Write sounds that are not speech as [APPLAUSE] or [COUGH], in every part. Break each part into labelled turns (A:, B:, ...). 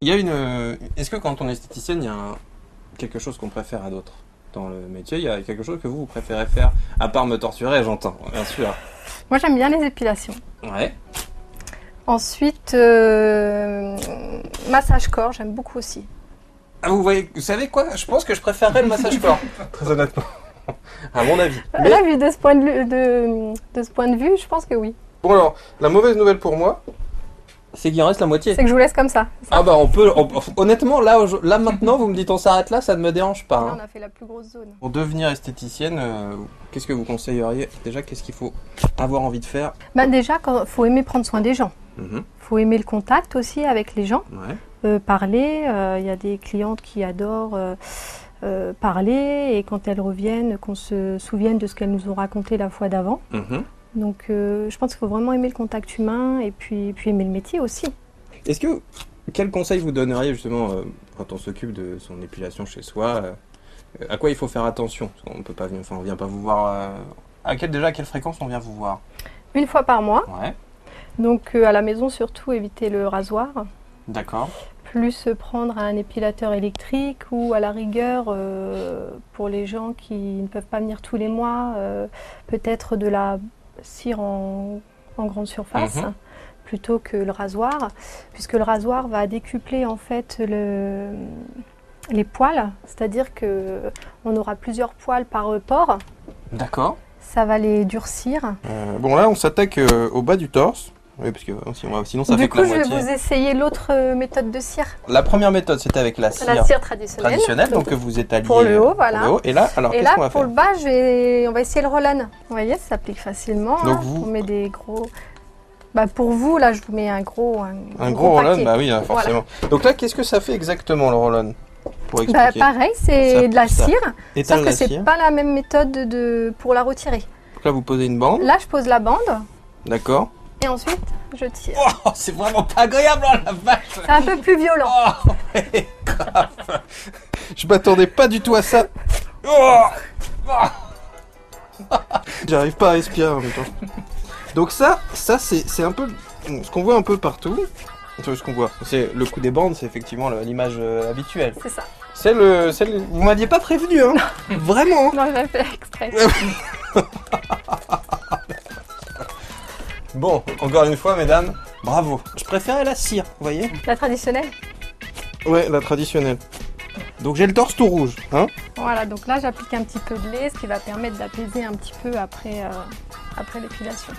A: Il y a une. euh, Est-ce que quand on est esthéticienne, il y a un- quelque chose qu'on préfère à d'autres dans le métier Il y a quelque chose que vous, vous préférez faire À part me torturer, j'entends, bien sûr.
B: Moi, j'aime bien les épilations.
A: Ouais.
B: Ensuite, euh, massage corps, j'aime beaucoup aussi.
A: Ah, vous voyez, vous savez quoi Je pense que je préférerais le massage corps. [LAUGHS] Très honnêtement. À mon avis. Mais-
B: Là, vu de ce, point de, vue- de- de ce point de vue, je pense que oui.
A: Bon alors, la mauvaise nouvelle pour moi, c'est qu'il en reste la moitié.
B: C'est que je vous laisse comme ça.
A: Ah bah on peut, on- honnêtement là, au- là maintenant vous me dites on s'arrête là, ça ne me dérange pas.
B: Là,
A: hein.
B: on a fait la plus grosse zone.
A: Pour devenir esthéticienne, euh, qu'est-ce que vous conseilleriez Déjà, qu'est-ce qu'il faut avoir envie de faire
B: Bah, déjà, il faut aimer prendre soin des gens.
A: Mhm,
B: faut aimer le contact aussi avec les gens.
A: ouais.
B: Euh, parler, euh, il y a des clientes qui adorent euh, euh, parler et quand elles reviennent, qu'on se souvienne de ce qu'elles nous ont raconté la fois d'avant.
A: Mhm.
B: Donc euh, je pense qu'il faut vraiment aimer le contact humain et puis, puis aimer le métier aussi.
A: Est-ce que quel conseil vous donneriez justement euh, quand on s'occupe de son épilation chez soi euh, euh, À quoi il faut faire attention Parce qu'on peut pas venir, enfin on vient pas vous voir. euh, à quelle déjà à quelle fréquence on vient vous voir
B: Une fois par mois,
A: Ouais.
B: donc euh, à la maison surtout éviter le rasoir,
A: D'accord.
B: plus euh, prendre un épilateur électrique ou à la rigueur euh, pour les gens qui ne peuvent pas venir tous les mois, euh, peut-être de la cire en, en grande surface.
A: Mhm.
B: plutôt que le rasoir, puisque le rasoir va décupler en fait le- les poils, c'est-à-dire que on aura plusieurs poils par port,
A: D'accord.
B: ça va les durcir.
A: Euh, bon là on s'attaque euh, au bas du torse. Oui, parce que euh, si on va- sinon ça
B: du
A: fait
B: coup,
A: que
B: je
A: la
B: vais
A: moitié.
B: vous essayer l'autre euh, méthode de cire,
A: La première méthode c'était avec la cire,
B: la cire traditionnelle.
A: traditionnelle, donc que vous étaliez
B: pour le haut,
A: euh,
B: voilà.
A: le haut. Et là, alors
B: Et
A: qu'est-ce
B: là,
A: qu'on va
B: pour
A: faire
B: le bas, je vais- on va essayer le roll-on. Vous voyez, ça s'applique facilement.
A: Donc
B: hein.
A: vous-
B: On met des gros. Bah, pour vous, là, je vous mets un gros. Un,
A: Un gros roll
B: paquet.
A: bah oui, hein,
B: Voilà.
A: forcément. Donc là, qu'est-ce que ça fait exactement le roll Pour
B: Bah,
A: expliquer.
B: pareil,
A: Ça-
B: c'est de la
A: ça-
B: cire.
A: Étale
B: Sauf que
A: la
B: c'est
A: cire.
B: pas la même méthode de, pour la retirer.
A: Donc là, vous posez une bande,
B: Là, je pose la bande
A: d'accord
B: et ensuite je tire.
A: Oh, c'est vraiment pas agréable, oh, la vache
B: C'est un peu plus violent.
A: Oh, ouais, grave. Je m'attendais pas du tout à ça. Oh, oh. J'arrive pas à respirer en même temps. Donc ça, ça c'est c'est un peu ce qu'on voit un peu partout. Enfin, ce qu'on voit, c'est le coup des bandes, c'est effectivement le- l'image euh, habituelle.
B: C'est ça.
A: C'est le, c'est le- vous m'aviez pas prévenu, [LAUGHS] hein Vraiment. hein.
B: Non, je l'ai fait
A: [LAUGHS]
B: exprès.
A: Bon, encore une fois, mesdames, bravo. Je préférais la cire, vous voyez
B: La traditionnelle.
A: Ouais, la traditionnelle. Donc j'ai le torse tout rouge, hein
B: Voilà, donc là j'applique un petit peu de lait, ce qui va permettre d'apaiser un petit peu après, euh, après l'épilation.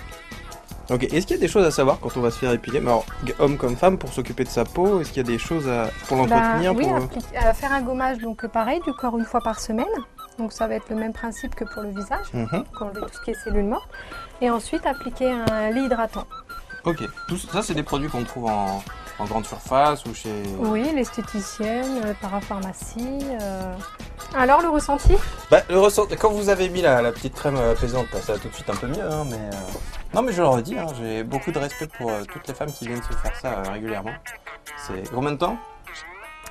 A: Ok, est-ce qu'il y a des choses à savoir quand on va se faire épiler Mais alors, g- homme comme femme, pour s'occuper de sa peau, est-ce qu'il y a des choses à... pour
B: Bah,
A: l'entretenir
B: oui,
A: pour...
B: applique- euh, faire un gommage, donc euh, pareil, du corps une fois par semaine. Donc ça va être le même principe que pour le visage,
A: Mhm,
B: pour enlever tout ce qui est cellules mortes. Et ensuite appliquer un lait hydratant.
A: Ok, Tout ça c'est des produits qu'on trouve en... en grande surface ou chez... euh,
B: Oui, l'esthéticienne, euh, parapharmacie. euh. Alors le ressenti
A: Bah, le ressent... Quand vous avez mis la, la petite crème euh, apaisante, bah, ça va tout de suite un peu mieux, hein, mais... euh, Non mais je le redis, hein, j'ai beaucoup de respect pour euh, toutes les femmes qui viennent se faire ça euh, régulièrement. C'est... Combien de temps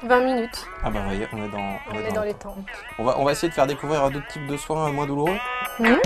B: 20 minutes.
A: Ah bah voyez, on est dans...
B: On est dans les temps.
A: On va, on va essayer de faire découvrir d'autres types de soins euh, moins douloureux.
B: Mhm.